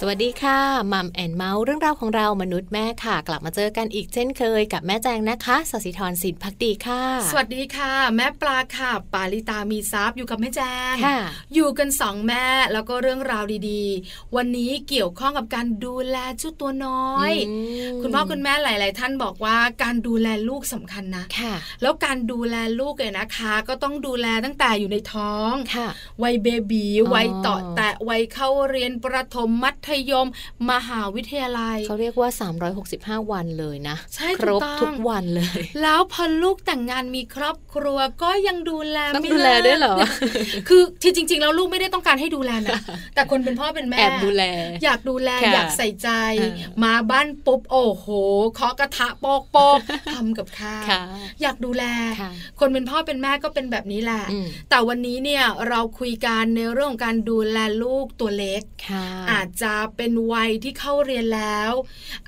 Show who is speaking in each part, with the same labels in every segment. Speaker 1: สวัสดีค่ะมัมแอนเมาส์เรื่องราวของเรามนุษย์แม่ค่ะ กลับมาเจอกันอีกเช่นเคยกับแม่แจงนะคะสศิธรสินพักดีค่ะ
Speaker 2: สวัสดีค่ะ แม่ปลาค่ะ ปาลิตามีซับอยู่กับแม่แจง
Speaker 1: ค่ะ
Speaker 2: อยู่กันสองแม่แล้วก็เรื่องราวดีๆ วันนี้เกี่ยวข้องกับการดูแลเจุดตัวน้อย
Speaker 1: อืม
Speaker 2: คุณพ่อคุณแม่หลาย ๆ ท่านบอกว่าการดูแลลูกสำคัญนะ
Speaker 1: ค่ะ
Speaker 2: แล้วการดูแลลูกเนี่ยนะคะ ก็ต้องดูแลตั้งแต่อยู่ในท้อง
Speaker 1: ค่ะ
Speaker 2: วัยเบบี
Speaker 1: อ๋อ
Speaker 2: วัยเต่อแตะวัยเข้าเรียนประถมมัธยม มหาวิทยาลัย
Speaker 1: เขาเรียกว่า 365 วันเลยนะ
Speaker 2: ใช่
Speaker 1: ครบ
Speaker 2: ถูกต้อง
Speaker 1: ทุกวันเลย
Speaker 2: แล้วพอลูกแต่างงานมีครอบครัวก็ยังดูแล
Speaker 1: ต้อง
Speaker 2: ไม่
Speaker 1: ดูแลด้วยเหรอ
Speaker 2: คือที่จริง ๆ แล้วลูกไม่ได้ต้องการให้ดูแลนะ แต่คนเป็นพ่อเป็นแม่
Speaker 1: แอบดูแล
Speaker 2: อยากดูแล
Speaker 1: ค่ะ
Speaker 2: อยากใส่ใจ
Speaker 1: เออ
Speaker 2: มาบ้านปุ๊บโอ้โหเคาะกระทะโปกโปกๆทำกับข้าว
Speaker 1: ค่ะ
Speaker 2: อยากดูแล
Speaker 1: ค่ะ
Speaker 2: คนเป็นพ่อเป็นแม่ก็เป็นแบบนี้แหละ
Speaker 1: อืม
Speaker 2: แต่วันนี้เนี่ยเราคุยกันในเรื่องของการดูแลลูกตัวเล็ก
Speaker 1: ค่ะ
Speaker 2: อาจจะเป็นวัยที่เข้าเรียนแล้ว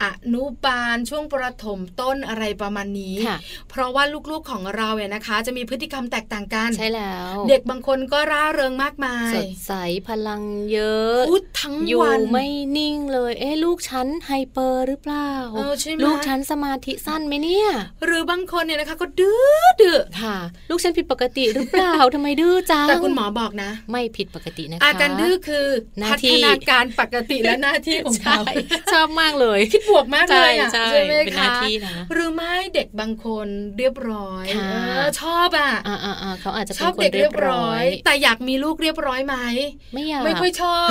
Speaker 2: อนุบาลช่วงประถมต้นอะไรประมาณนี้
Speaker 1: ค่ะ
Speaker 2: เพราะว่าลูกๆของเราเนี่ยนะคะ จะมีพฤติกรรมแตกต่างกัน
Speaker 1: ใช่แล้ว
Speaker 2: เด็กบางคนก็ร่าเริงมากมา
Speaker 1: ส
Speaker 2: ย
Speaker 1: ดใสพลังเยอะ
Speaker 2: พูดทั้ง
Speaker 1: อยู่
Speaker 2: วัน
Speaker 1: ไม่นิ่งเลย เอ๊ะลูกฉันไฮเปอร์หรือเปล่า
Speaker 2: เออใช่ไหม
Speaker 1: ลูกฉันสมาธิสั้นไหมเนี่ย
Speaker 2: หรือบางคนเนี่ยนะคะ ก็ดื้อดื้อ
Speaker 1: ค่ะ ลูกฉันผิดปกติหรือเปล่า ทำไมดื้อจัง
Speaker 2: แต่คุณหมอบอกนะ
Speaker 1: ไม่ผิดปกตินะคะ
Speaker 2: อาการดื้อคือ
Speaker 1: หน้า
Speaker 2: พั
Speaker 1: ที่
Speaker 2: ฒนาการปกติและหน้าที่ของ
Speaker 1: ใช่
Speaker 2: เขา
Speaker 1: ชอบมากเลย
Speaker 2: คิดบวกมากเล
Speaker 1: ใช่
Speaker 2: ยอะ
Speaker 1: ใช่
Speaker 2: ไหม
Speaker 1: เป็นหน้า
Speaker 2: คะ
Speaker 1: ที่นะ
Speaker 2: หรือไม่เด็กบางคนเรียบร้อย
Speaker 1: ค่ะ
Speaker 2: เออชอบอ่ะ
Speaker 1: อ่าอ่าอ่าเขาอาจจะ
Speaker 2: ช
Speaker 1: เป็น
Speaker 2: อบ
Speaker 1: คน
Speaker 2: เด็ก
Speaker 1: เรี
Speaker 2: เรี
Speaker 1: ย
Speaker 2: ย
Speaker 1: บบ ร้
Speaker 2: ร้
Speaker 1: อ
Speaker 2: อย ย แต่อยากมีลูกเรียบร้อยไหม
Speaker 1: ไม่อยาก
Speaker 2: ไม่ค่อยชอบ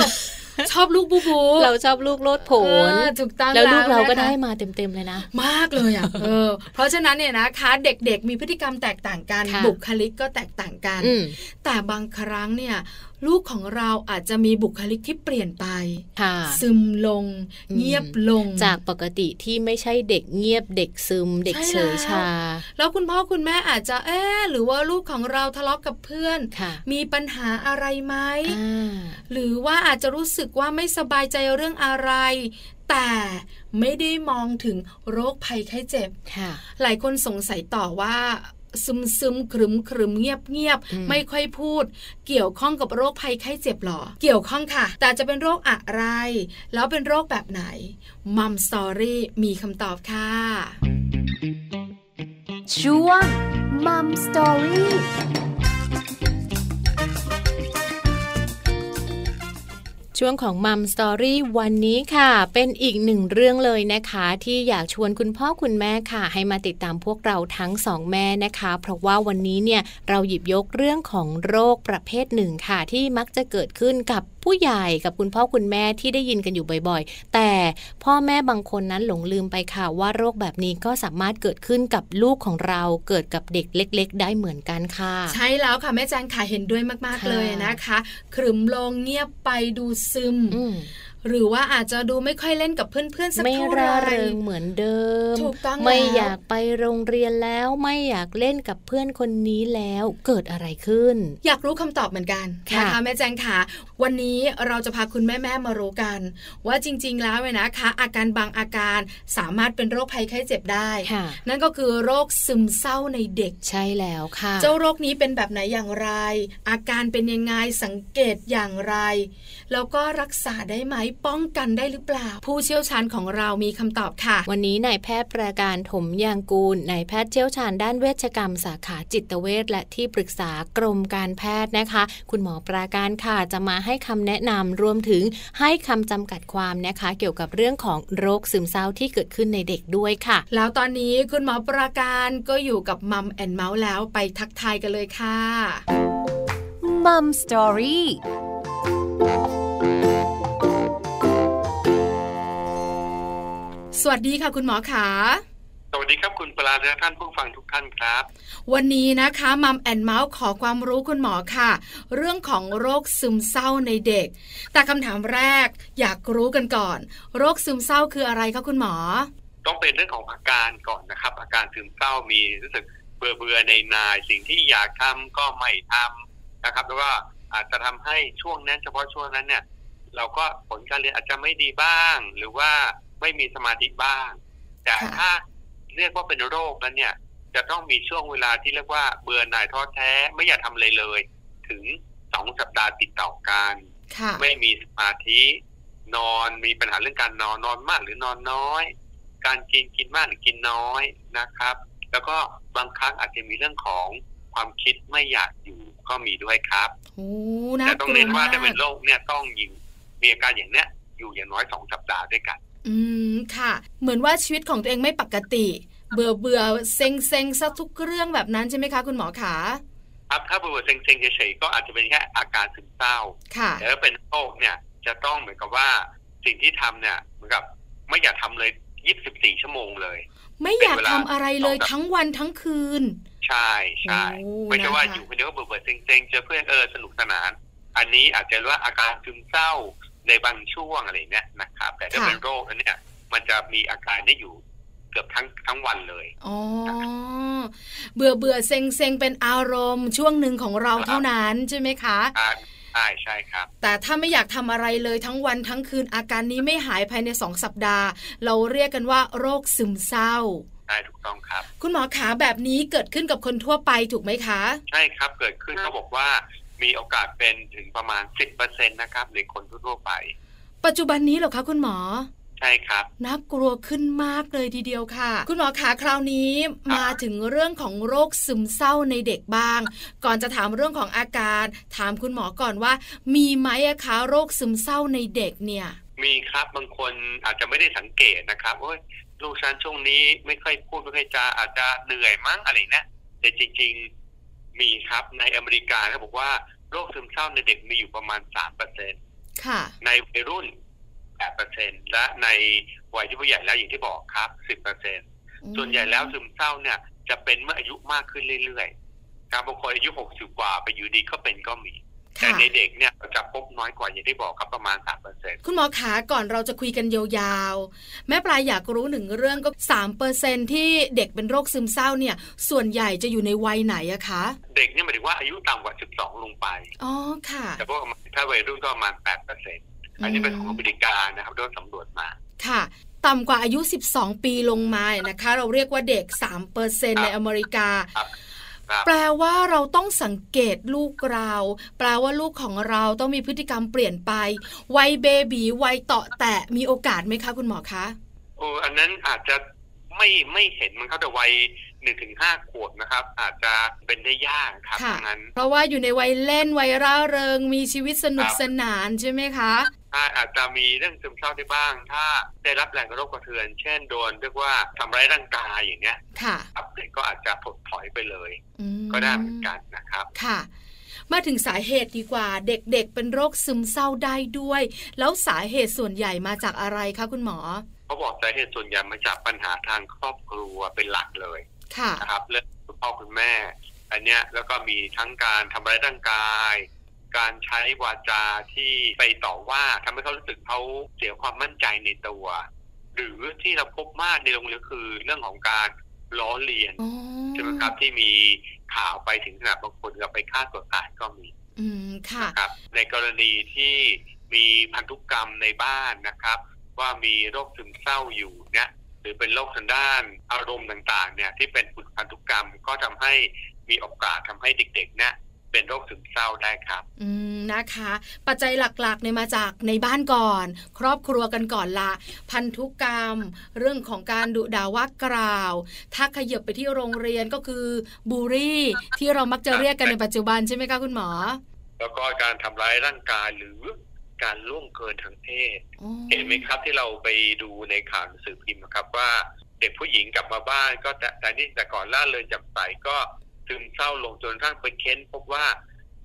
Speaker 2: ชอบลูกบูบู
Speaker 1: เราชอบลูกโลดโผ
Speaker 2: เอน อถูกต้อง
Speaker 1: แล้วลูกเราก็
Speaker 2: นะคะ
Speaker 1: ได้มาเต็มๆเลยนะ
Speaker 2: มากเลย อ่ะเออ เพราะฉะนั้นเนี่ยนะคะเด็กๆมีพฤติกรรมแตกต่างกัน
Speaker 1: ค่ะ
Speaker 2: บุคลิกก็แตกต่างกัน
Speaker 1: อืม
Speaker 2: แต่บางครั้งเนี่ย ลูกของเราอาจจะมีบุคลิกที่เปลี่ยนไป
Speaker 1: ค่ะ
Speaker 2: ซึมลง
Speaker 1: อืม
Speaker 2: เงียบลง
Speaker 1: จากปกติที่ไม่ใช่เด็กเงียบเด็กซึม เด็กเฉยชา
Speaker 2: แล้วคุณพ่อคุณแม่อาจจะเอ๊ะหรือว่าลูกของเราทะเลาะกับเพื่อน
Speaker 1: ค่ะ
Speaker 2: มีปัญหาอะไรไหม
Speaker 1: อ่า
Speaker 2: หรือว่าอาจจะรู้สึกว่าไม่สบายใจเรื่องอะไร แต่ไม่ได้มองถึงโรคภัยไข้เจ็บ
Speaker 1: ค่ะ
Speaker 2: หลายคนสงสัยต่อว่า ซึมซึมๆขรึมขรึมเงียบเงียบ
Speaker 1: อืม
Speaker 2: ไม่ค่อยพูด เกี่ยวข้องกับโรคภัยไข้เจ็บหรอ เกี่ยวข้องค่ะ แต่จะเป็นโรคอะไร แล้วเป็นโรคแบบไหนมัมสตอรี่มีคำตอบค่ะ
Speaker 3: ช่วงมัมสตอรี่
Speaker 1: ช่วงของมัมสตอรี่วันนี้ค่ะ เป็นอีกหนึ่งเรื่องเลยนะคะ ที่อยากชวนคุณพ่อคุณแม่ค่ะ ให้มาติดตามพวกเราทั้งสองแม่นะคะ เพราะว่าวันนี้เนี่ยเราหยิบยกเรื่องของโรคประเภทหนึ่งค่ะ ที่มักจะเกิดขึ้นกับผู้ใหญ่กับคุณพ่อคุณแม่ที่ได้ยินกันอยู่บ่อยๆ แต่พ่อแม่บางคนนั้นหลงลืมไปค่ะ ว่าโรคแบบนี้ก็สามารถเกิดขึ้นกับลูกของเราเกิดกับเด็กเล็ก ๆ ได้เหมือนกันค่ะ
Speaker 2: ใช่แล้วค่ะ แม่แจงค่ะเห็นด้วยมาก
Speaker 1: ค่ะ
Speaker 2: ๆเลยนะคะขรึมลงเงียบไปดูซึม
Speaker 1: อืม
Speaker 2: หรือว่าอาจจะดูไม่ค่อยเล่นกับเพื่อนๆสัก
Speaker 1: ไม่
Speaker 2: เท่าไหร่
Speaker 1: ร่าเริงเหมือนเดิม
Speaker 2: ถูกต้องแล้ว
Speaker 1: ไม่อยากไปโรงเรียนแล้ว ไม่อยากเล่นกับเพื่อนคนนี้แล้ว เกิดอะไรขึ้น
Speaker 2: อยากรู้คำตอบเหมือนกัน
Speaker 1: ค่ะ
Speaker 2: นะคะแม่แจงค่ะ วันนี้เราจะพาคุณแม่ๆมารู้กัน ว่าจริงๆแล้วเนี่ยนะคะ อาการบางอาการสามารถเป็นโรคภัยไข้เจ็บได้
Speaker 1: ค่ะ
Speaker 2: นั่นก็คือโรคซึมเศร้าในเด็ก
Speaker 1: ใช่แล้วค่ะ
Speaker 2: เจ้าโรคนี้เป็นแบบไหนอย่างไร อาการเป็นยังไงสังเกตอย่างไร แล้วก็รักษาได้ไหมป้องกันได้หรือเปล่า ผู้เชี่ยวชาญของเรามีคำตอบค่ะ
Speaker 1: วันนี้นายแพทย์ประการถมยางกูลนายแพทย์เชี่ยวชาญด้านเวชกรรมสาขาจิตเวชและที่ปรึกษากรมการแพทย์นะคะ คุณหมอประการค่ะจะมาให้คำแนะนำรวมถึงให้คำจำกัดความนะคะ เกี่ยวกับเรื่องของโรคซึมเศร้าที่เกิดขึ้นในเด็กด้วยค่ะ
Speaker 2: แล้วตอนนี้คุณหมอประการก็อยู่กับมัมแอนเมาส์แล้วไปทักทายกันเลยค่ะ
Speaker 3: มัมสตอรี่
Speaker 2: สวัสดีค่ะคุณหมอขา
Speaker 4: สวัสดีครับคุณปลาและท่านผู้ฟังทุกท่านครับ
Speaker 2: วันนี้นะคะมัมแอนเมาส์ขอความรู้คุณหมอค่ะ เรื่องของโรคซึมเศร้าในเด็ก แต่คำถามแรกอยากรู้กันก่อน โรคซึมเศร้าคืออะไรคะคุณหมอ
Speaker 4: ต้องเป็นเรื่องของอาการก่อนนะครับ อาการซึมเศร้ามีรู้สึกเบื่อเบื่อในนายๆสิ่งที่อยากทำก็ไม่ทำนะครับ แล้วก็อาจจะทำให้ช่วงนั้นเฉพาะช่วงนั้นเนี่ย เราก็ผลการเรียนอาจจะไม่ดีบ้าง หรือว่าไม่มีสมาธิบ้าง แต่
Speaker 2: ค่ะ
Speaker 4: ถ้าเรียกว่าเป็นโรคนั้นเนี่ย จะต้องมีช่วงเวลาที่เรียกว่าเบื่อหน่ายท้อแท้ไม่อยากทำอะไรเลย ถึงสองสัปดาห์ติดต่อกัน
Speaker 2: ค่ะ
Speaker 4: ไม่มีสมาธินอนมีปัญหาเรื่องการนอนนอนมากหรือนอนน้อย การกินกินมากหรือกินน้อยนะครับ แล้วก็บางครั้งอาจจะมีเรื่องของความคิดไม่อยากอยู่ก็มีด้วยครับ
Speaker 2: โอ้น่า
Speaker 4: แต่
Speaker 2: ก
Speaker 4: ต้อง
Speaker 2: ลัว
Speaker 4: เน้นว่า
Speaker 2: มา
Speaker 4: ถ้าเป็
Speaker 2: ก
Speaker 4: นโรคเนี่ยต้องยิงมีอาการอย่างเนี้ยอยู่อย่างน้อยสองสัปดาห์ด้วยกัน
Speaker 2: อืมค่ะ เหมือนว่าชีวิตของตัวเองไม่ปกติ เบื่อเบื่อเซ็งเซ็งซะทุกเรื่องแบบนั้นใช่ไหมคะคุณหมอขา
Speaker 4: ครับถ้าเบื่อเซ็งๆเฉยๆก็อาจจะเป็นแค่อาการซึมเศร้า
Speaker 2: ค่ะ
Speaker 4: แต่ถ้าเป็นโรคเนี่ยจะต้องเหมือนกับว่าสิ่งที่ทำเนี่ยเหมือนกับไม่อยากทำเลย24ชั่วโมงเลย
Speaker 2: ไม่อยากทำอะไรเลย
Speaker 4: เป็นเวลา
Speaker 2: ทั้งวันทั้งคืน
Speaker 4: ใช่ใช่
Speaker 2: โอ้
Speaker 4: ไม่ใช่ว่า
Speaker 2: นะคะ
Speaker 4: อยู่คนเดียวก็เบื่อเบื่อเซ็งๆเจอเพื่อนเออสนุกสนาน อันนี้อาจจะเรียกว่าอาการซึมเศร้าในบางช่วงอะไรเนี่ยนะครับ แต่ถ้า
Speaker 2: ค่ะ
Speaker 4: เป็นโรคอันเนี่ยมันจะมีอาการได้อยู่เกือบทั้งทั้งวันเลย
Speaker 2: อ๋อเบื่อเบื่อเซ็งเซ็งเป็นอารมณ์ช่วงหนึ่งของเรา
Speaker 4: ครับ
Speaker 2: เท่านั้นใช่ไหมคะ
Speaker 4: อ่าใช่ใช่ครับ
Speaker 2: แต่ถ้าไม่อยากทำอะไรเลยทั้งวันทั้งคืนอาการนี้ไม่หายภายในสองสัปดาห์ เราเรียกกันว่าโรคซึมเศร้า
Speaker 4: ใช่ถูกต้องครับ
Speaker 2: คุณหมอขาแบบนี้เกิดขึ้นกับคนทั่วไปถูกไหมคะ
Speaker 4: ใช่ครับเกิดขึ้นเขาบอกว่ามีโอกาสเป็นถึงประมาณ 10%นะครับในคนทั่วๆไป
Speaker 2: ปัจจุบันนี้เหรอคะคุณหมอ
Speaker 4: ใช่ครับ
Speaker 2: น่ากลัวขึ้นมากเลยทีเดียวค่ะ คุณหมอขาคราวนี้มาถึงเรื่องของโรคซึมเศร้าในเด็กบ้าง ก่อนจะถามเรื่องของอาการ ถามคุณหมอก่อนว่า มีไหมอะคะโรคซึมเศร้าในเด็กเนี่ย
Speaker 4: มีครับบางคนอาจจะไม่ได้สังเกตนะครับโอ้ยลูกฉันช่วงนี้ไม่ค่อยพูดไม่ค่อยจาอาจจะเหนื่อยมั้งอะไรเนะแต่จริงๆมีครับในอเมริกาเขาบอกว่าโรคซึมเศร้าในเด็กมีอยู่ประมาณ 3%
Speaker 2: ค่ะ
Speaker 4: ในวัยรุ่น 8%และในวัยที่ผู้ใหญ่แล้วอย่างที่บอกครับ 10% ส่วนใหญ่แล้วซึมเศร้าเนี่ยจะเป็นเมื่ออายุมากขึ้นเรื่อยๆครับบางคนอายุ 60 กว่าไปอยู่ดีก็เป็นก็มี แต่
Speaker 2: ค่ะ
Speaker 4: ในเด็กเนี่ยจะพบน้อยกว่าอย่างที่บอกครับประมาณ 3%
Speaker 2: คุณหมอขาก่อนเราจะคุยกันยาวๆ แม่ปลายอยากรู้หนึ่งเรื่องก็3เปอร์เซที่เด็กเป็นโรคซึมเศร้าเนี่ย ส่วนใหญ่จะอยู่ในวัยไหนอะคะ
Speaker 4: เด็กเนี่ยหมายถึงว่าอายุต่ำกว่า 12 ลงไป
Speaker 2: อ๋อค่ะ
Speaker 4: แต่พวกถ้าวัยรุ่นก็ประมาณ 8%อันนี้เป็นของอเมริกานะครับที่สำรวจมา
Speaker 2: ค่ะ ต่ำกว่าอายุ 12 ปีลงมานะคะ เราเรียกว่าเด็ก3เปอร์เซในอเมริกา
Speaker 4: ครับครับ
Speaker 2: แปลว่าเราต้องสังเกตลูกเรา แปลว่าลูกของเราต้องมีพฤติกรรมเปลี่ยนไป วัยเบบีวัยเตาะแตะมีโอกาสไหมคะคุณหมอคะ
Speaker 4: โอ้อันนั้นอาจจะไม่ไม่เห็นมันเข้าแต่วัยหนึ่งถึงห้าขวบนะครับ อาจจะเป็นได้ยากครับ
Speaker 2: ค่ะ
Speaker 4: ดังนั้น
Speaker 2: เพราะว่าอยู่ในวัยเล่นวัยร่าเริง มีชีวิตสนุก
Speaker 4: ครับ
Speaker 2: สนานใช่ไหมคะ
Speaker 4: ถ้าอาจจะมีเรื่องซึมเศร้าได้บ้าง ถ้าได้รับแรงกระทบกระเทือน เช่นโดนเรียกว่าทำร้ายร่างกายอย่างเงี้ย
Speaker 2: ค่ะ
Speaker 4: ครับเด็กก็อาจจะถดถอยไปเลย
Speaker 2: อื
Speaker 4: ก็ได้เหมือนกันนะครับ
Speaker 2: ค่ะ มาถึงสาเหตุดีกว่า เด็กๆ เป็นโรคซึมเศร้าได้ด้วย แล้วสาเหตุส่วนใหญ่มาจากอะไรคะคุณหมอ
Speaker 4: เขาบอกสาเหตุส่วนใหญ่มาจากปัญหาทางครอบครัวเป็นหลักเลย
Speaker 2: ค่ะ
Speaker 4: นะครับเรื่องคุณพ่อคุณแม่ อันเนี้ยแล้วก็มีทั้งการทำร้ายร่างกาย การใช้วาจาที่ไปต่อว่าทำให้เขารู้สึกเขาเสียความมั่นใจในตัว หรือที่เราพบมากในโรงเรียนคือเรื่องของการล้อเลียน
Speaker 2: อ๋อ
Speaker 4: ใช่ไหมครับที่มีข่าวไปถึงขนาดบางคนก็ไปฆ่าตัวตายก็มี
Speaker 2: อืมค่ะ
Speaker 4: นะครับ ในกรณีที่มีพันธุกรรมในบ้านนะครับ ว่ามีโรคซึมเศร้าอยู่เนี่ยหรือเป็นโรคทางด้านอารมณ์ต่างๆ เนี่ยที่เป็นพันธุกรรมก็ทำให้มีโอกาสทำให้เด็กๆเนี่ยเป็นโรคซึมเศร้าได้ครับ
Speaker 2: อืมนะคะ ปัจจัยหลักๆเนี่ยมาจากในบ้านก่อน ครอบครัวกันก่อนละพันธุกรรม เรื่องของการดุด่าว่ากล่าว ถ้าขยับไปที่โรงเรียนก็คือบูรี่ที่เรามักจะเรียกกันในปัจจุบันใช่ไหมคะคุณหมอ
Speaker 4: แล้วก็การทำร้ายร่างกายหรือการล่วงเกินทางเพศ
Speaker 2: อ๋อ
Speaker 4: เห็นไหมครับที่เราไปดูในข่าวหนังสือพิมพ์นะครับว่าเด็กผู้หญิงกลับมาบ้านก็แต่แต่นี่แต่ก่อนล่าเริงแจำใสก็ซึมเศร้าลงจนกระทั่งไปเค้นพบว่า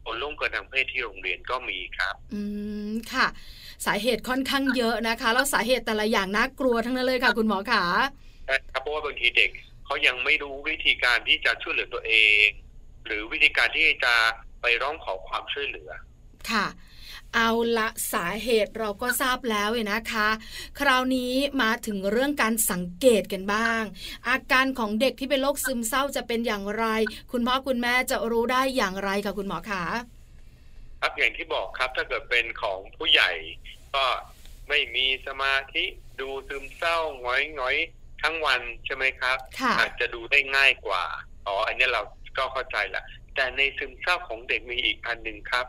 Speaker 4: คนล่วงเกินทางเพศที่โรงเรียนก็มีครับ
Speaker 2: อืมค่ะ สาเหตุค่อนข้างเยอะนะคะ แล้วสาเหตุแต่ละอย่างน่ากลัวทั้งนั้นเลยค่ะ คุณหมอขา
Speaker 4: ครับเพราะว่าบางทีเด็กเขายังไม่รู้วิธีการที่จะช่วยเหลือตัวเอง หรือวิธีการที่จะไปร้องขอความช่วยเหลือ
Speaker 2: ค่ะ เอาละสาเหตุเราก็ทราบแล้วเนี่ยนะคะ คราวนี้มาถึงเรื่องการสังเกตกันบ้าง อาการของเด็กที่เป็นโรคซึมเศร้าจะเป็นอย่างไร คุณพ่อคุณแม่จะรู้ได้อย่างไรค่ะคุณหมอขา
Speaker 4: ครับอย่างที่บอกครับถ้าเกิดเป็นของผู้ใหญ่ ก็ไม่มีสมาธิดูซึมเศร้าหงอยหงอยๆ ทั้งวันใช่ไหมครับ
Speaker 2: ค่ะ
Speaker 4: อาจจะดูได้ง่ายกว่า อ๋อ อันเนี้ยเราก็เข้าใจละ แต่ในซึมเศร้าของเด็กมีอีกอันหนึ่งครับ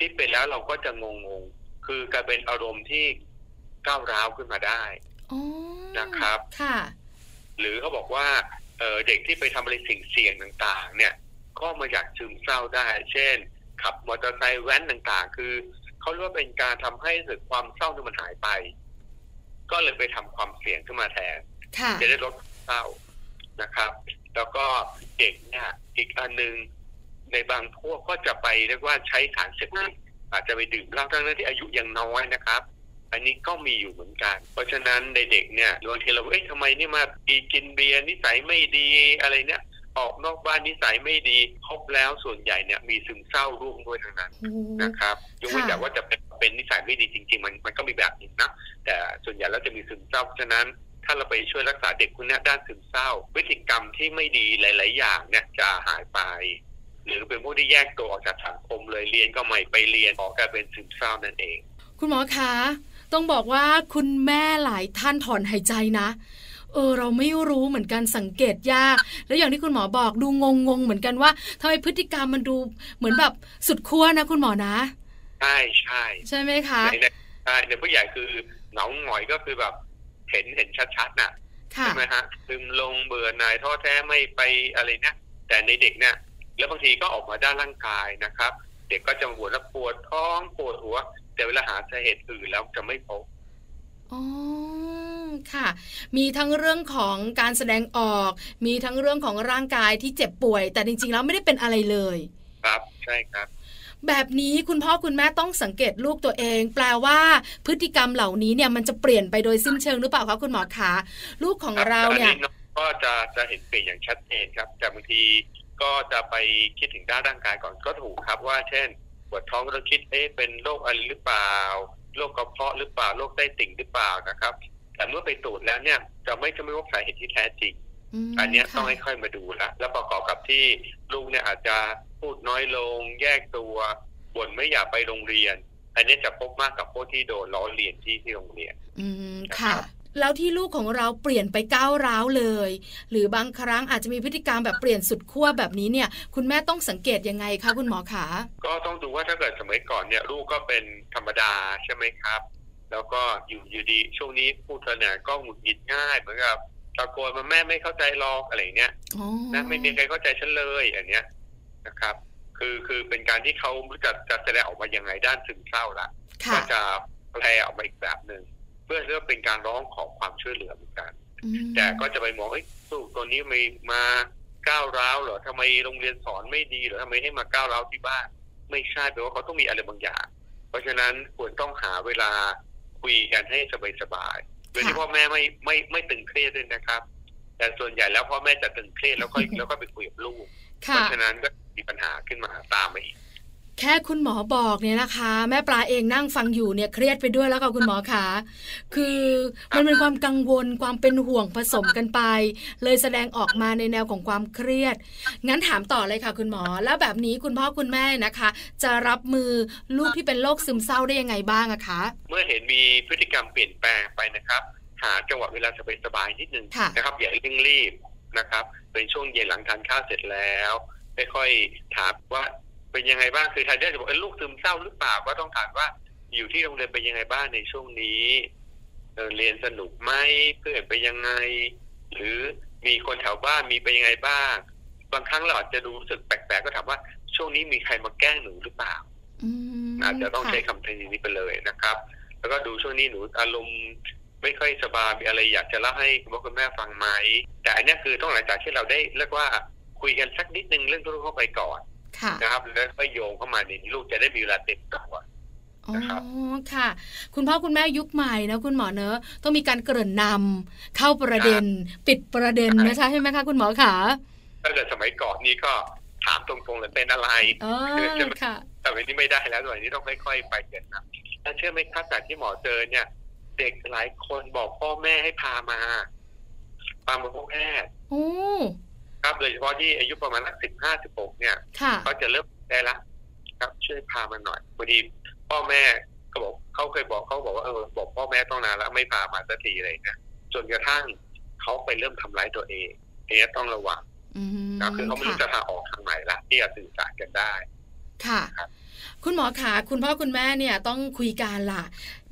Speaker 4: ที่เป็นแล้วเราก็จะงงงๆคือกลายเป็นอารมณ์ที่ก้าวร้าวขึ้นมาได้
Speaker 2: อ๋อ
Speaker 4: นะครับ
Speaker 2: ค่ะ
Speaker 4: หรือเขาบอกว่าเอ่อเด็กที่ไปทำอะไรสิ่งเสี่ยงๆต่าง ๆ เนี่ย ก็มาจากซึมเศร้าได้ เช่น ขับมอเตอร์ไซค์แว้นต่างๆ คือเขาเรียกว่าเป็นการทำให้รู้สึกความเศร้าเนี่ยมันหายไป ก็เลยไปทำความเสี่ยงขึ้นมาแทน
Speaker 2: ค่ะ
Speaker 4: จะได้ลดเศร้านะครับ แล้วก็เด็กเนี่ยอีกอันหนึ่งในบางพวกก็จะไปเรียกว่าใช้สารเสพติดอาจจะไปดื่มเหล้าทั้งนั้นที่อายุยังน้อยนะครับ อันนี้ก็มีอยู่เหมือนกัน เพราะฉะนั้นในเด็กเนี่ยบางทีเราเอ๊ะทำไมนี่มากีกินเบียร์นิสัยไม่ดีอะไรเนี่ย ออกนอกบ้านนิสัยไม่ดีพบแล้วส่วนใหญ่เนี่ยมีซึมเศร้าร่วมด้วยทั้งนั้น
Speaker 2: โอ้โห
Speaker 4: นะครับยกเว้น
Speaker 2: ค่ะ
Speaker 4: แต่ว่าจะเป็นเป็นนิสัยไม่ดีจริง ๆ มันมันก็มีแบบหนึงนะแต่ส่วนใหญ่แล้วจะมีซึมเศร้าเพราะฉะนั้น ถ้าเราไปช่วยรักษาเด็กคนเนี้ยด้านซึมเศร้าพฤติกรรมที่ไม่ดีหลาย ๆ อย่างเนี่ยจะหายไป หรือเป็นพวกที่แยกตัวออกจากสังคมเลยเรียนก็ไม่ไปเรียนออกกลายเป็นซึมเศร้านั่นเอง
Speaker 2: คุณหมอคะ ต้องบอกว่าคุณแม่หลายท่านถอนหายใจนะ เออ เราไม่รู้เหมือนกันสังเกตยาก แล้วอย่างที่คุณหมอบอกดูงงงๆเหมือนกันว่าทำไมพฤติกรรมมันดูเหมือนแบบสุดขั้วนะ คุณหมอนะ
Speaker 4: ใช่ใช่
Speaker 2: ใช่ไหมคะ
Speaker 4: ในในใช่ในผู้ใหญ่คือเหงาหงอยก็คือแบบเห็นเห็นชัด ๆ น่ะ
Speaker 2: ค่ะ
Speaker 4: ใช่ไหมฮะซึมลงเบื่อหน่ายท้อแท้ไม่ไปอะไรเนี่ยแต่ในเด็กเนี่ยแล้วบางทีก็ออกมาด้านร่างกายนะครับ เด็กก็จะปวดแล้วปวดท้องปวดหัว แต่เวลาหาสาเหตุอื่นแล้วจะไม่พบ
Speaker 2: อ๋อ ค่ะ มีทั้งเรื่องของการแสดงออก มีทั้งเรื่องของร่างกายที่เจ็บป่วย แต่จริงๆ แล้วไม่ได้เป็นอะไรเลย
Speaker 4: ครับใช่ครับ
Speaker 2: แบบนี้คุณพ่อคุณแม่ต้องสังเกตลูกตัวเอง แปลว่าพฤติกรรมเหล่านี้เนี่ยมันจะเปลี่ยนไปโดยสิ้นเชิงหรือเปล่าคะคุณหมอคะลูกของ
Speaker 4: ครับ
Speaker 2: เราเนี่ย
Speaker 4: แต่อัก็จะจะเห็นเปลี่ยนอย่างชัดเจนครับแต่บางทีก็จะไปคิดถึงด้านร่างกายก่อนก็ถูกครับว่า เช่นปวดท้องแล้วคิดเอ๊ะเป็นโรคอะไรหรือเปล่าโรคกระเพาะหรือเปล่าโรคไตติ่งหรือเปล่านะครับ แต่เมื่อไปตรวจแล้วเนี่ยจะไม่จะไม่พบสาเหตุที่แท้จริง
Speaker 2: ม
Speaker 4: อันเนี้ยต้องให้
Speaker 2: ค่ะ
Speaker 4: ค่อยมาดูละแล้วประกอบกับที่ลูกเนี่ยอาจจะพูดน้อยลง แยกตัวบ่นไม่อยากไปโรงเรียน อันเนี้ยจะพบมากกับพวกที่โดนล้อเลียนที่ที่โรงเรียน
Speaker 2: อืมค่ะ
Speaker 4: นะครับ
Speaker 2: แล้วที่ลูกของเราเปลี่ยนไปก้าวร้าวเลย หรือบางครั้งอาจจะมีพฤติกรรมแบบเปลี่ยนสุดขั้วแบบนี้เนี่ย คุณแม่ต้องสังเกตยังไงคะคุณหมอขา
Speaker 4: ก็ต้องดูว่าถ้าเกิดสมัยก่อนเนี่ยลูกก็เป็นธรรมดาใช่ไหมครับ แล้วก็อยู่อยู่ดีช่วงนี้พูดเถอะเนี่ยก็หงุดหงิดง่ายเหมือนกับตะโกนมาแม่ไม่เข้าใจหรอกอะไรเนี้ย
Speaker 2: อ๋อ
Speaker 4: นะไม่มีใครเข้าใจฉันเลยอันเนี้ยนะครับ คือคือเป็นการที่เขารู้จักจะแสดงออกมายังไงด้านซึมเศร้าละ
Speaker 2: ค่ะ
Speaker 4: ก็จะแปลออกมาอีกแบบหนึ่งเพื่อเรียกว่าเป็นการร้องขอความช่วยเหลือเหมือนกัน
Speaker 2: อืม
Speaker 4: แต่ก็จะไปมองเอ้ยลูกตัวนี้ไม่มาก้าวร้าวเหรอทำไมโรงเรียนสอนไม่ดีเหรอทำไมให้มาก้าวร้าวที่บ้าน ไม่ใช่แปลว่าเขาต้องมีอะไรบางอย่าง เพราะฉะนั้นควรต้องหาเวลาคุยกันให้สบายๆโดยที่พ่อแม่ไม่ไม่ไม่ตึงเครียดด้วยนะครับ แต่ส่วนใหญ่แล้วพ่อแม่จะตึงเครียดแล้วก็แล้วก็ไปคุยกับลูก เพ
Speaker 2: ค่ะ
Speaker 4: ราะฉะนั้นก็มีปัญหาขึ้นมาตามมาอีก
Speaker 2: แค่คุณหมอบอกเนี่ยนะคะ แม่ปลาเองนั่งฟังอยู่เนี่ยเครียดไปด้วยแล้วค่ะคุณหมอคะคือมันเป็นความกังวลความเป็นห่วงผสมกันไป เลยแสดงออกมาในแนวของความเครียด งั้นถามต่อเลยค่ะ คุณหมอ แล้วแบบนี้คุณพ่อคุณแม่นะคะ จะรับมือลูกที่เป็นโรคซึมเศร้าได้ยังไงบ้างอะคะ
Speaker 4: เมื่อเห็นมีพฤติกรรมเปลี่ยนแปลงไปนะครับ หาจังหวะเวลาสบายๆนิดนึง
Speaker 2: ค่ะ
Speaker 4: นะครับ อย่าเร่งรีบนะครับ เป็นช่วงเย็นหลังทานข้าวเสร็จแล้วค่อยๆถามว่าเป็นยังไงบ้างคือทานได้จะบอกเอ้ยลูกซึมเศร้าหรือเปล่าก็ต้องถามว่าอยู่ที่โรงเรียนเป็นยังไงบ้างในช่วงนี้เออเรียนสนุกไหมเพื่อนเป็นยังไง หรือมีคนแถวบ้านมีเป็นยังไงบ้าง บางครั้งเราอาจจะรู้สึกแปลกๆ ก็ถามว่าช่วงนี้มีใครมาแกล้งหนูหรือเปล่า
Speaker 2: อืม
Speaker 4: อาจจะต้องใช้
Speaker 2: ค่ะ
Speaker 4: คำเทนนี้ไปเลยนะครับ แล้วก็ดูช่วงนี้หนูอารมณ์ไม่ค่อยสบายมีอะไรอยากจะเล่าให้คุณพ่อคุณแม่ฟังไหม แต่อันเนี้ยคือต้องหลังจากที่เราได้เรียกว่าคุยกันสักนิดนึงเรื่องทั่วๆไปก่อน
Speaker 2: ค่ะ
Speaker 4: นะครับ แล้วก็โยงเข้ามาในนี้ลูกจะได้มีเวลาเต็มตัว
Speaker 2: อ๋อ
Speaker 4: นะครับ
Speaker 2: ค่ะ คุณพ่อคุณแม่ยุคใหม่นะคุณหมอเนอะต้องมีการเกริ่นนำเข้าประเด็น ปิดประเด็นนะคะใช่ไหมคะคุณหมอขา
Speaker 4: ถ้าเกิดสมัยก่อนนี้ก็ถามตรงๆเลยเป็นอะไร
Speaker 2: เออค่ะ
Speaker 4: แต่วันนี้ไม่ได้แล้วสมัยนี้ต้องค่อยๆไปเกินนะแล้วเชื่อไหมครับจากที่หมอเจอเนี่ย เด็กหลายคนบอกพ่อแม่ให้พามาพามาพบแพทย์
Speaker 2: โอ้
Speaker 4: ครับโดยเฉพาะที่อายุประมาณสักสิบห้าสิบหกเนี่ย
Speaker 2: ค่ะ
Speaker 4: เขาจะเริ่มได้ละ ครับช่วยพามาหน่อยพอดีพ่อแม่ก็บอกเขาเคยบอกเขาบอกว่าเออบอกพ่อแม่ต้องนานแล้วไม่พามาสักทีอะไรเงี้ยจนกระทั่ง เขาไปเริ่มทำร้ายตัวเองอันนี้ต้องระวัง
Speaker 2: อืม
Speaker 4: นะคือเขาไม่รู้จะ
Speaker 2: ค่ะ
Speaker 4: ทางออกทางไหนละที่จะสื่อสารกันได้
Speaker 2: ค่ะ คุณหมอขาคุณพ่อคุณแม่เนี่ยต้องคุยกันล่ะ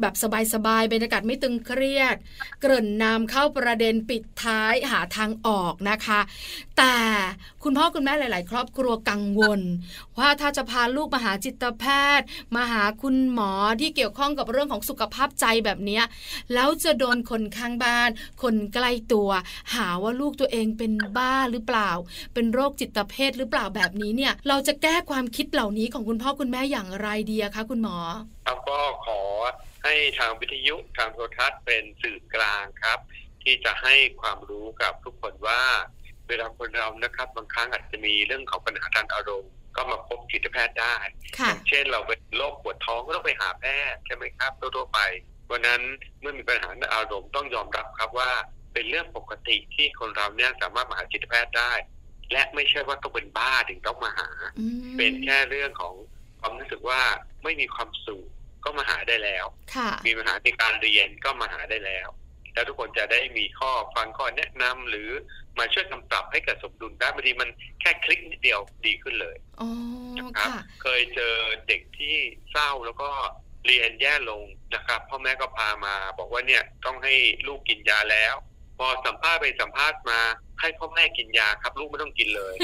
Speaker 2: แบบสบายๆบรรยากาศไม่ตึงเครียด เกริ่นนำเข้าประเด็นปิดท้ายหาทางออกนะคะ แต่คุณพ่อคุณแม่หลาย ๆ ครอบครัวกังวล ว่าถ้าจะพาลูกมาหาจิตแพทย์ มาหาคุณหมอที่เกี่ยวข้องกับเรื่องของสุขภาพใจแบบเนี้ยแล้วจะโดนคนข้างบ้าน คนใกล้ตัว หาว่าลูกตัวเองเป็นบ้าหรือเปล่า เป็นโรคจิตเภทหรือเปล่าแบบนี้เนี่ย เราจะแก้ความคิดเหล่านี้ของคุณพ่อคุณแม่อย่างไรดีอะคะคุณหมอ
Speaker 4: ครับก็ขอให้ทางวิทยุทางโทรทัศน์เป็นสื่อกลางครับ ที่จะให้ความรู้กับทุกคนว่า เวลาคนเรานะครับบางครั้งอาจจะมีเรื่องของปัญหาทางอารมณ์ ก็มาพบจิตแพทย์ได้
Speaker 2: ค่ะ
Speaker 4: เช่นเราเป็นโรคปวดท้องก็ต้องไปหาแพทย์ใช่ไหมครับทั่วๆไปวันนั้นเมื่อมีปัญหาอารมณ์ต้องยอมรับครับว่า เป็นเรื่องปกติที่คนเราเนี่ยสามารถมาหาจิตแพทย์ได้ และไม่ใช่ว่าต้องเป็นบ้าถึงต้องมาหา
Speaker 2: อืม
Speaker 4: เป็นแค่เรื่องของความรู้สึกว่าไม่มีความสุขก็มาหาได้แล้ว
Speaker 2: ค่ะ
Speaker 4: มีปัญหาในการเรียนก็มาหาได้แล้ว แล้วทุกคนจะได้มีข้อฟังข้อแนะนำหรือมาช่วยกำปรับให้เกิดสมดุลได้บางทีมันแค่คลิกนิดเดียวดีขึ้นเลย
Speaker 2: อ๋อ
Speaker 4: ครับ
Speaker 2: ค่ะ
Speaker 4: เคยเจอเด็กที่เศร้าแล้วก็เรียนแย่ลงนะครับพ่อแม่ก็พามา บอกว่าเนี่ยต้องให้ลูกกินยาแล้ว พอสัมภาษณ์ไปสัมภาษณ์มา ให้พ่อแม่กินยาครับ ลูกไม่ต้องกินเลย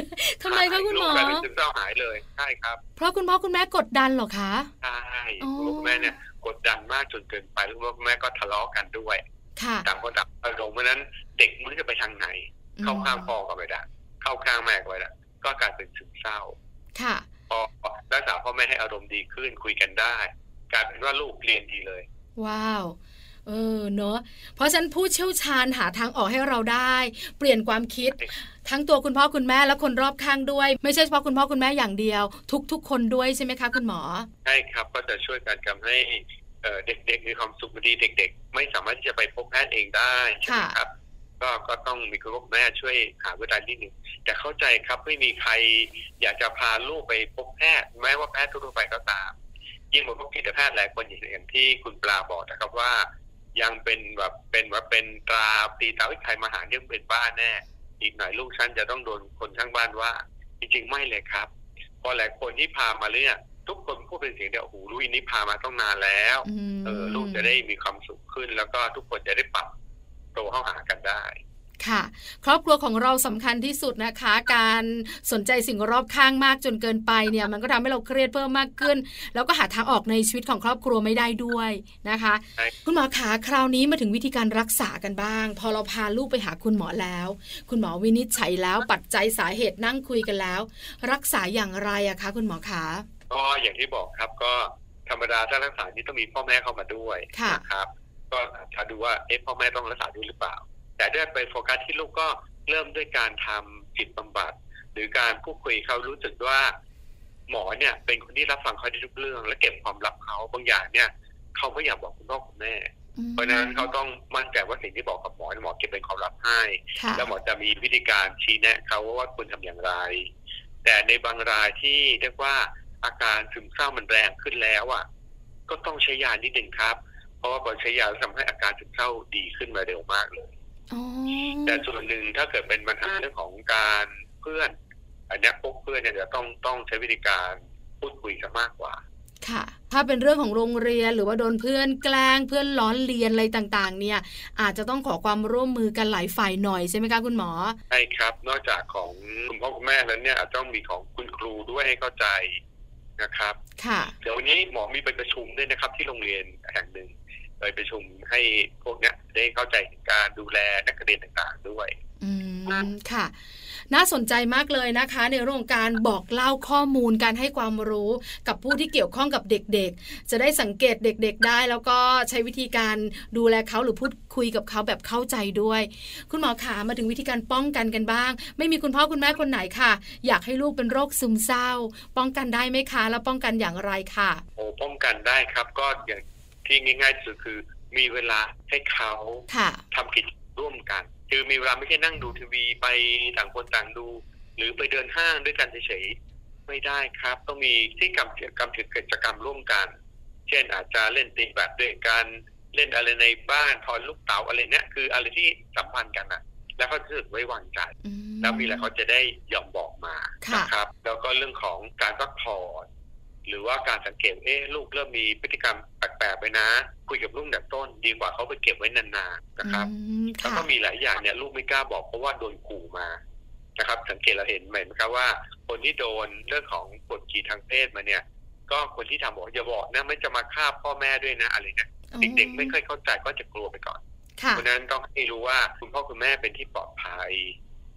Speaker 2: ทำไมคะคุณหมอ
Speaker 4: ลูกกลายเป็นซึมเศร้าหายเลยใช่ครับ
Speaker 2: เพราะคุณพ่อคุณแม่กดดันเหรอคะ
Speaker 4: ใช่
Speaker 2: อ๋อ
Speaker 4: คุณพ่อคุณแม่เนี่ยกดดันมากจนเกินไปคุณพ่อคุณแม่ก็ทะเลาะกันด้วย
Speaker 2: ค่ะ
Speaker 4: ต่างคนต่างอารมณ์เพราะฉะนั้นเด็กไมันจะไปทางไหน เข้าข้างพ่อก็ไม่ได้เข้าข้างแม่ก็ไม่ได้ก็กลายเป็นซึมเศร้า
Speaker 2: ค่ะ
Speaker 4: พอรักษาพ่อแม่ให้อารมณ์ดีขึ้นคุยกันได้กลายเป็นว่าลูกเรียนดีเลย
Speaker 2: ว้าว เออ เนอะ เพราะฉะนั้นผู้เชี่ยวชาญหาทางออกให้เราได้ เปลี่ยนความคิด ทั้งตัวคุณพ่อคุณแม่และคนรอบข้างด้วย ไม่ใช่เฉพาะคุณพ่อคุณแม่อย่างเดียว ทุก ๆ คนด้วยใช่ไหมคะคุณหมอ
Speaker 4: ใช่ครับก็จะช่วยกันทำให้เอ่อเด็กๆมีความสุขบางทีเด็ก ๆ ไม่สามารถที่จะไปพบแพทย์เองได้ใช่ไหมครับ ก็ก็ต้องมีคุณพ่อคุณแม่ช่วยหาเวลานิดหนึ่งแต่เข้าใจครับไม่มีใครอยากจะพาลูกไปพบแพทย์แม้ว่าแพทย์ทั่วๆไปก็ตาม ยิ่งมาพบจิตแพทย์หลายคนอย่างที่คุณปลาบอกนะครับว่า ยังเป็นแบบเป็นว่าเป็นตราตีตราวิทยใครมาหาเรื่องเป็นบ้านแน่ อีกหน่อยลูกฉันจะต้องโดนคนข้างบ้านว่า จริงๆไม่เลยครับ พอหลายคนที่พามาเนี่ยทุกคนพูดเป็นเสียงเดียวโอ้โหลูกอินนี้พามาต้องนานแล้ว
Speaker 2: อืม
Speaker 4: เออลูกจะได้มีความสุขขึ้น แล้วก็ทุกคนจะได้ปรับตัวเข้าหากันได้
Speaker 2: ค่ะ ครอบครัวของเราสำคัญที่สุดนะคะ การสนใจสิ่งรอบข้างมากจนเกินไปเนี่ย มันก็ทำให้เราเครียดเพิ่มมากขึ้น แล้วก็หาทางออกในชีวิตของครอบครัวไม่ได้ด้วยนะคะ
Speaker 4: ใช่
Speaker 2: คุณหมอขาคราวนี้มาถึงวิธีการรักษากันบ้าง พอเราพาลูกไปหาคุณหมอแล้ว คุณหมอวินิจฉัยแล้วปัจจัยสาเหตุนั่งคุยกันแล้ว รักษาอย่างไรอะคะ คุณหมอขา
Speaker 4: ก็อย่างที่บอกครับก็ธรรมดาถ้ารักษานี่ต้องมีพ่อแม่เข้ามาด้วย
Speaker 2: ค่ะ
Speaker 4: นะครับ ก็อาจจะดูว่าเอ๊ะพ่อแม่ต้องรักษาด้วยหรือเปล่า แต่ด้วยไปโฟกัสที่ลูกก็เริ่มด้วยการทำจิตบำบัด หรือการพูดคุยเขารู้สึกว่า หมอเนี่ย เป็นคนที่รับฟังเขาได้ทุกเรื่อง และเก็บความลับเขาบางอย่างเนี่ยเขาไม่อยากบอกคุณพ่อคุณแม่ เพราะฉะนั้นเขาต้องมั่นใจว่าสิ่งที่บอกกับหมอเนี่ยหมอเก็บเป็นความลับให้
Speaker 2: ค่ะ
Speaker 4: แล้วหมอจะมีวิธีการชี้แนะเขาว่าควรทำอย่างไร แต่ในบางรายที่เรียกว่าอาการซึมเศร้ามันแรงขึ้นแล้วอ่ะก็ต้องใช้ยานิดหนึ่งครับ เพราะว่าพอใช้ยาแล้วทำให้อาการซึมเศร้าดีขึ้นมาเร็วมากเลย
Speaker 2: อ๋อ
Speaker 4: แต่ส่วนหนึ่งถ้าเกิดเป็นปัญหาเรื่องของการเพื่อน อันเนี้ยพวกเพื่อนเนี่ยจะต้องต้องใช้วิธีการพูดคุยกันมากกว่า
Speaker 2: ค่ะ ถ้าเป็นเรื่องของโรงเรียนหรือว่าโดนเพื่อนแกล้งเพื่อนล้อเลียนอะไรต่างๆ เนี่ย อาจจะต้องขอความร่วมมือกันหลายฝ่ายหน่อยใช่ไหมคะคุณหมอ
Speaker 4: ใช่ครับ นอกจากของคุณพ่อคุณแม่แล้วเนี่ยอาจจะต้องมีของคุณครูด้วยให้เข้าใจนะครับ
Speaker 2: ค่ะ
Speaker 4: เดี๋ยววันนี้หมอมีไปประชุมด้วยนะครับ ที่โรงเรียนแห่งหนึ่งไปประชุมให้พวกเนี้ยได้เข้าใจถึงการดูแลนักเรียนต่างๆด้วย
Speaker 2: อืมค่ะ น่าสนใจมากเลยนะคะ ในเรื่องของการบอกเล่าข้อมูลการให้ความรู้กับผู้ที่เกี่ยวข้องกับเด็กๆ จะได้สังเกตเด็กๆได้ แล้วก็ใช้วิธีการดูแลเขาหรือพูดคุยกับเขาแบบเข้าใจด้วย คุณหมอขามาถึงวิธีการป้องกันกันบ้าง ไม่มีคุณพ่อคุณแม่คนไหนค่ะ อยากให้ลูกเป็นโรคซึมเศร้า ป้องกันได้ไหมคะ แล้วป้องกันอย่างไรค่ะ
Speaker 4: โอ้ป้องกันได้ครับ ก็อย่างที่ง่ายๆที่สุดคือ มีเวลาให้เขา
Speaker 2: ค่ะ
Speaker 4: ทำกิจร่วมกัน คือมีเวลาไม่ใช่นั่งดูทีวีไปต่างคนต่างดู หรือไปเดินห้างด้วยกันเฉยๆไม่ได้ครับ ต้องมีที่กรรมกิจกรรมกิจกรรมร่วมกัน เช่นอาจจะเล่นตีแบดด้วยกันเล่นอะไรในบ้านทอยลูกเต๋าอะไรเนี้ยคืออะไรที่สัมพันธ์กันนะ แล้วเขาจะรู้สึกไว้วางใจ
Speaker 2: อืม
Speaker 4: แล้วมีอะไรเขาจะได้ยอมบอกมา
Speaker 2: ค่ะ
Speaker 4: นะครับ แล้วก็เรื่องของการพักผ่อนหรือว่าการสังเกตเอ๊ะลูกเริ่มมีพฤติกรรมแปลกๆไปนะ คุยกับลูกแต่ต้น ดีกว่าเขาไปเก็บไว้นานๆนะครับ
Speaker 2: อืม
Speaker 4: แล้ว
Speaker 2: ค่ะ
Speaker 4: ก็มีหลายอย่างเนี่ยลูกไม่กล้าบอกเพราะว่าโดนขู่มานะครับ สังเกตเราเห็นไหมครับว่า คนที่โดนเรื่องของกดขี่ทางเพศมาเนี่ย ก็คนที่ทำบอกอย่าบอกนะไม่จะมาฆ่าพ่อแม่ด้วยนะอะไรเนี่ยเด็กๆไม่เคอยเข้าใจก็จะกลัวไปก่อน
Speaker 2: ค่ะ
Speaker 4: เพราะฉะนั้นต้องให้รู้ว่าคุณพ่อคุณแม่เป็นที่ปลอดภัย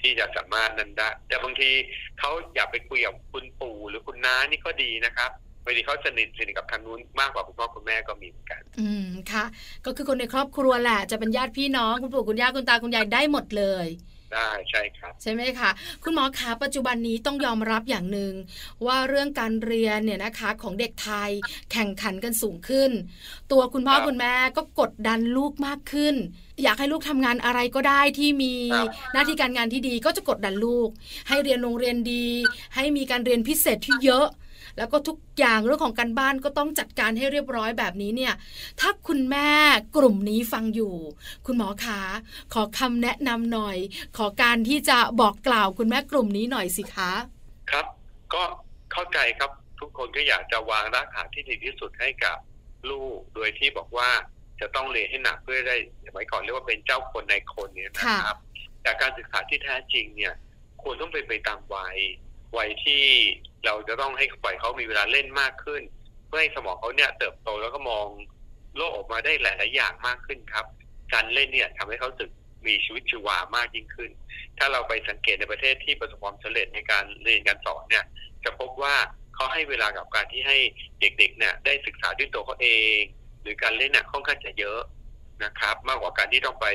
Speaker 4: ที่จะสามารถนั้นได้ แต่บางทีเขาอยากไปคุยกับคุณปู่หรือคุณน้านี่ก็ดีนะครับบางทีเขาสนิทสนิทกับทางนู้นมากกว่าคุณพ่อคุณแม่ก็มีเหมือนกัน
Speaker 2: อืมค่ะ ก็คือคนในครอบครัวแหละจะเป็นญาติพี่น้องคุณปู่คุณย่าคุณตาคุณยายได้หมดเลย
Speaker 4: ได้ใช่ครับ
Speaker 2: ใช่ไหมคะ คุณหมอคะปัจจุบันนี้ต้องยอมรับอย่างหนึ่งว่าเรื่องการเรียนเนี่ยนะคะของเด็กไทยแข่งขันกันสูงขึ้น ตัวคุณพ่อ
Speaker 4: ครับ
Speaker 2: คุณแม่ก็กดดันลูกมากขึ้น อยากให้ลูกทำงานอะไรก็ได้ที่มี
Speaker 4: ครับ
Speaker 2: หน้าที่การงานที่ดีก็จะกดดันลูก ให้เรียนโรงเรียนดี ให้มีการเรียนพิเศษที่เยอะ แล้วก็ทุกอย่างเรื่องของการบ้านก็ต้องจัดการให้เรียบร้อยแบบนี้เนี่ย ถ้าคุณแม่กลุ่มนี้ฟังอยู่ คุณหมอคะขอคำแนะนำหน่อย ขอการที่จะบอกกล่าวคุณแม่กลุ่มนี้หน่อยสิคะ
Speaker 4: ครับ ก็เข้าใจครับทุกคนก็อยากจะวางรากฐานที่ดีที่สุดให้กับลูกโดยที่บอกว่าจะต้องเรียนให้หนักเพื่อได้สมัยก่อนเรียกว่าเป็นเจ้าคนในายคนเนี่ยนะครับ แต่การศึกษาที่แท้จริงเนี่ย ควรต้องเป็นไปตามวัยวัยที่เราจะต้องให้ปล่อยเขามีเวลาเล่นมากขึ้น เพื่อให้สมองเขาเนี่ยเติบโตแล้วก็มองโลกออกมาได้หลาย ๆ อย่างมากขึ้นครับ การเล่นเนี่ยทำให้เขารู้สึกมีชีวิตชีวามากยิ่งขึ้น ถ้าเราไปสังเกตในประเทศที่ประสบความสำเร็จในการเรียนการสอนเนี่ย จะพบว่าเขาให้เวลากับการที่ให้เด็กๆเนี่ยได้ศึกษาด้วยตัวเขาเอง หรือการเล่นเนี่ยค่อนข้างจะเยอะนะครับ มากกว่าการที่ต้องไป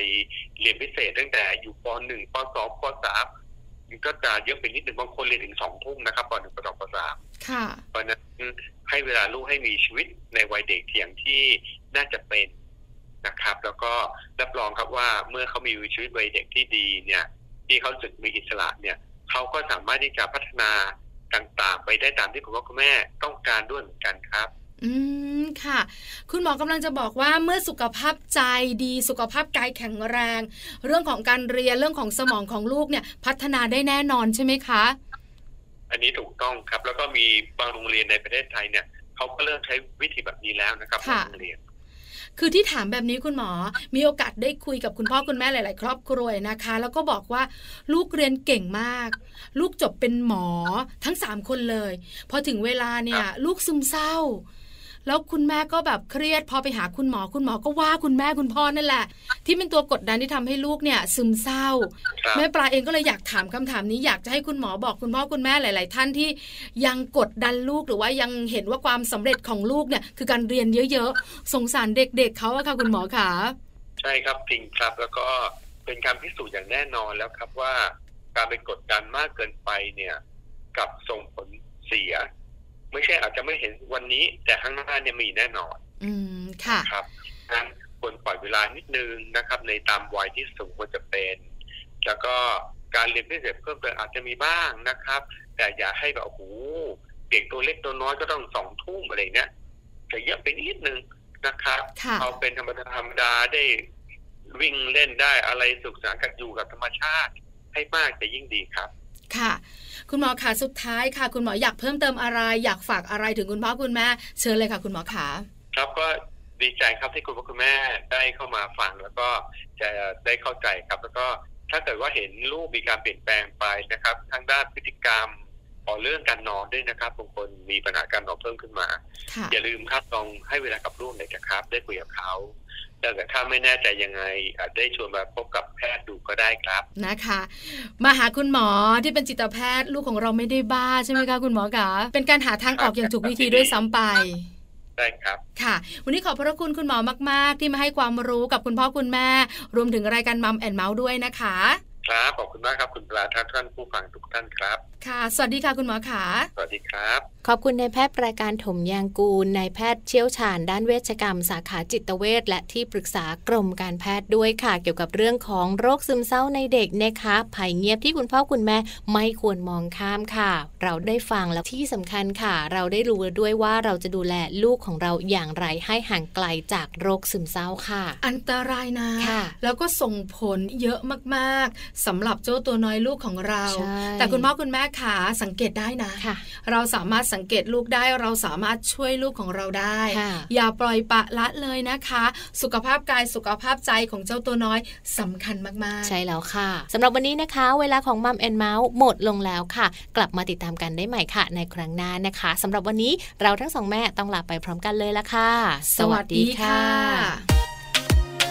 Speaker 4: เรียนพิเศษตั้งแต่อยู่ป .1 ป .2 ป .3 มันก็จะเยอะไปนิดหนึ่งบางคนเรียนถึงสองทุ่มนะครับป .1 ป .2 ป .3
Speaker 2: ค่ะ
Speaker 4: เพราะฉะนั้นให้เวลาลูกให้มีชีวิตในวัยเด็กอย่างที่น่าจะเป็นนะครับ แล้วก็รับรองครับว่าเมื่อเขามีชีวิตวัยเด็กที่ดีเนี่ย ที่เขารู้สึกมีอิสระเนี่ยเขาก็สามารถที่จะพัฒนาต่างๆ ไปได้ตามที่คุณพ่อคุณแม่ต้องการด้วยเหมือนกันครับ
Speaker 2: อืมค่ะ คุณหมอกำลังจะบอกว่าเมื่อสุขภาพใจดีสุขภาพกายแข็งแรง เรื่องของการเรียนเรื่องของสมองของลูกเนี่ยพัฒนาได้แน่นอนใช่ไหมคะ
Speaker 4: อันนี้ถูกต้องครับ แล้วก็มีบางโรงเรียนในประเทศไทยเนี่ยเขาก็เริ่มใช้วิธีแบบนี้แล้วนะครับ
Speaker 2: ค่ะ
Speaker 4: บางโรงเรียน
Speaker 2: คือที่ถามแบบนี้คุณหมอ มีโอกาสได้คุยกับคุณพ่อคุณแม่หลาย ๆ ครอบครัวนะคะ แล้วก็บอกว่าลูกเรียนเก่งมาก ลูกจบเป็นหมอทั้งสามคนเลย พอถึงเวลาเนี่ย
Speaker 4: ครับ
Speaker 2: ลูกซึมเศร้า แล้วคุณแม่ก็แบบเครียด พอไปหาคุณหมอคุณหมอก็ว่าคุณแม่คุณพ่อนั่นแหละ ที่เป็นตัวกดดันที่ทำให้ลูกเนี่ยซึมเศร้า
Speaker 4: ครับ
Speaker 2: แม่ปลาเองก็เลยอยากถามคำถามนี้อยากจะให้คุณหมอบอกคุณพ่อคุณแม่หลาย ๆ ท่านที่ยังกดดันลูกหรือว่ายังเห็นว่าความสำเร็จของลูกเนี่ยคือการเรียนเยอะ ๆ สงสารเด็ก ๆเขาอะค่ะคุณหมอขา
Speaker 4: ใช่ครับจริงครับแล้วก็เป็นการพิสูจน์อย่างแน่นอนแล้วครับว่า การไปกดดันมากเกินไปเนี่ยกลับส่งผลเสีย ไม่ใช่อาจจะไม่เห็นวันนี้ แต่ข้างหน้าเนี่ยมีแน่นอน
Speaker 2: อืมค่ะ
Speaker 4: ครับงั้นควรปล่อยเวลานิดนึงนะครับ ในตามวัยที่สมควรจะเป็น แล้วก็การเรียนพิเศษเพิ่มเติมอาจจะมีบ้างนะครับ แต่อย่าให้แบบโอ้โหเด็กตัวเล็กตัวน้อยก็ต้องสองทุ่มอะไรเนี่ยจะเยอะไปนิดนึงนะครับ
Speaker 2: ค่ะ
Speaker 4: เอาเป็นธรรมดาธรรมดาได้วิ่งเล่นได้อะไรสุขสานต์กับอยู่กับธรรมชาติให้มากจะยิ่งดีครับ
Speaker 2: ค่ะ คุณหมอขาสุดท้ายค่ะ คุณหมออยากเพิ่มเติมอะไร อยากฝากอะไรถึงคุณพ่อคุณแม่เชิญเลยค่ะ คุณหมอขา
Speaker 4: ครับก็ดีใจครับที่คุณพ่อคุณแม่ได้เข้ามาฟังแล้วก็จะได้เข้าใจครับ แล้วก็ถ้าเกิดว่าเห็นลูกมีการเปลี่ยนแปลงไปนะครับทางด้านพฤติกรรมต่อเรื่องการนอนด้วยนะครับบางคนมีปัญหาการนอนเพิ่มขึ้นมา
Speaker 2: ค่ะ
Speaker 4: อย่าลืมครับลองให้เวลากับลูกหน่อยนะครับ ได้คุยกับเขาแล้วแต่ถ้าไม่แน่ใจยังไงอาจได้ชวนมาพบกับแพทย์ดูก็ได้ครับ
Speaker 2: นะคะ มาหาคุณหมอที่เป็นจิตแพทย์ ลูกของเราไม่ได้บ้าใช่ไหมคะคุณหมอขาเป็นการหาทางออกอย่างถูกวิธีด้วยซ้ำไป
Speaker 4: ได้ครับ
Speaker 2: ค่ะ วันนี้ขอบพระคุณคุณหมอมาก ๆ ที่มาให้ความรู้กับคุณพ่อคุณแม่ รวมถึงรายการมัมแอนเมาส์ด้วยนะคะ
Speaker 4: ครับ ขอบคุณมากครับคุณปลาทักท่านผู้ฟังทุกท่านครับ
Speaker 2: ค่ะ สวัสดีค่ะคุณหมอขา
Speaker 4: สวัสดีครับ
Speaker 1: ขอบคุณนายแพทย์ประการถมยางกูลนายแพทย์เชี่ยวชาญด้านเวชกรรม สาขาจิตเวชและที่ปรึกษากรมการแพทย์ด้วยค่ะ เกี่ยวกับเรื่องของโรคซึมเศร้าในเด็กนะคะภัยเงียบที่คุณพ่อคุณแม่ไม่ควรมองข้ามค่ะ เราได้ฟังแล้วที่สำคัญค่ะ เราได้รู้ด้วยว่าเราจะดูแลลูกของเราอย่างไรให้ห่างไกลจากโรคซึมเศร้าค่ะ
Speaker 2: อันตรายนะ
Speaker 1: ค่ะ
Speaker 2: แล้วก็ส่งผลเยอะมาก ๆ สำหรับเจ้าตัวน้อยลูกของเรา
Speaker 1: ใช่
Speaker 2: แต่คุณพ่อคุณแม่ขาสังเกตได้นะ
Speaker 1: ค่ะ
Speaker 2: เราสามารถสังเกตลูกได้เราสามารถช่วยลูกของเราได้
Speaker 1: ค่ะ
Speaker 2: อย่าปล่อยปละละเลยนะคะ สุขภาพกายสุขภาพใจของเจ้าตัวน้อยสำคัญมากๆ
Speaker 1: ใช่แล้วค่ะสำหรับวันนี้นะคะ เวลาของมัมแอนเมาส์หมดลงแล้วค่ะ กลับมาติดตามกันได้ใหม่ค่ะ ในครั้งหน้านะคะสำหรับวันนี้เราทั้งสองแม่ต้องลาไปพร้อมกันเลยละค่ะ
Speaker 2: สวัสดีค่ะ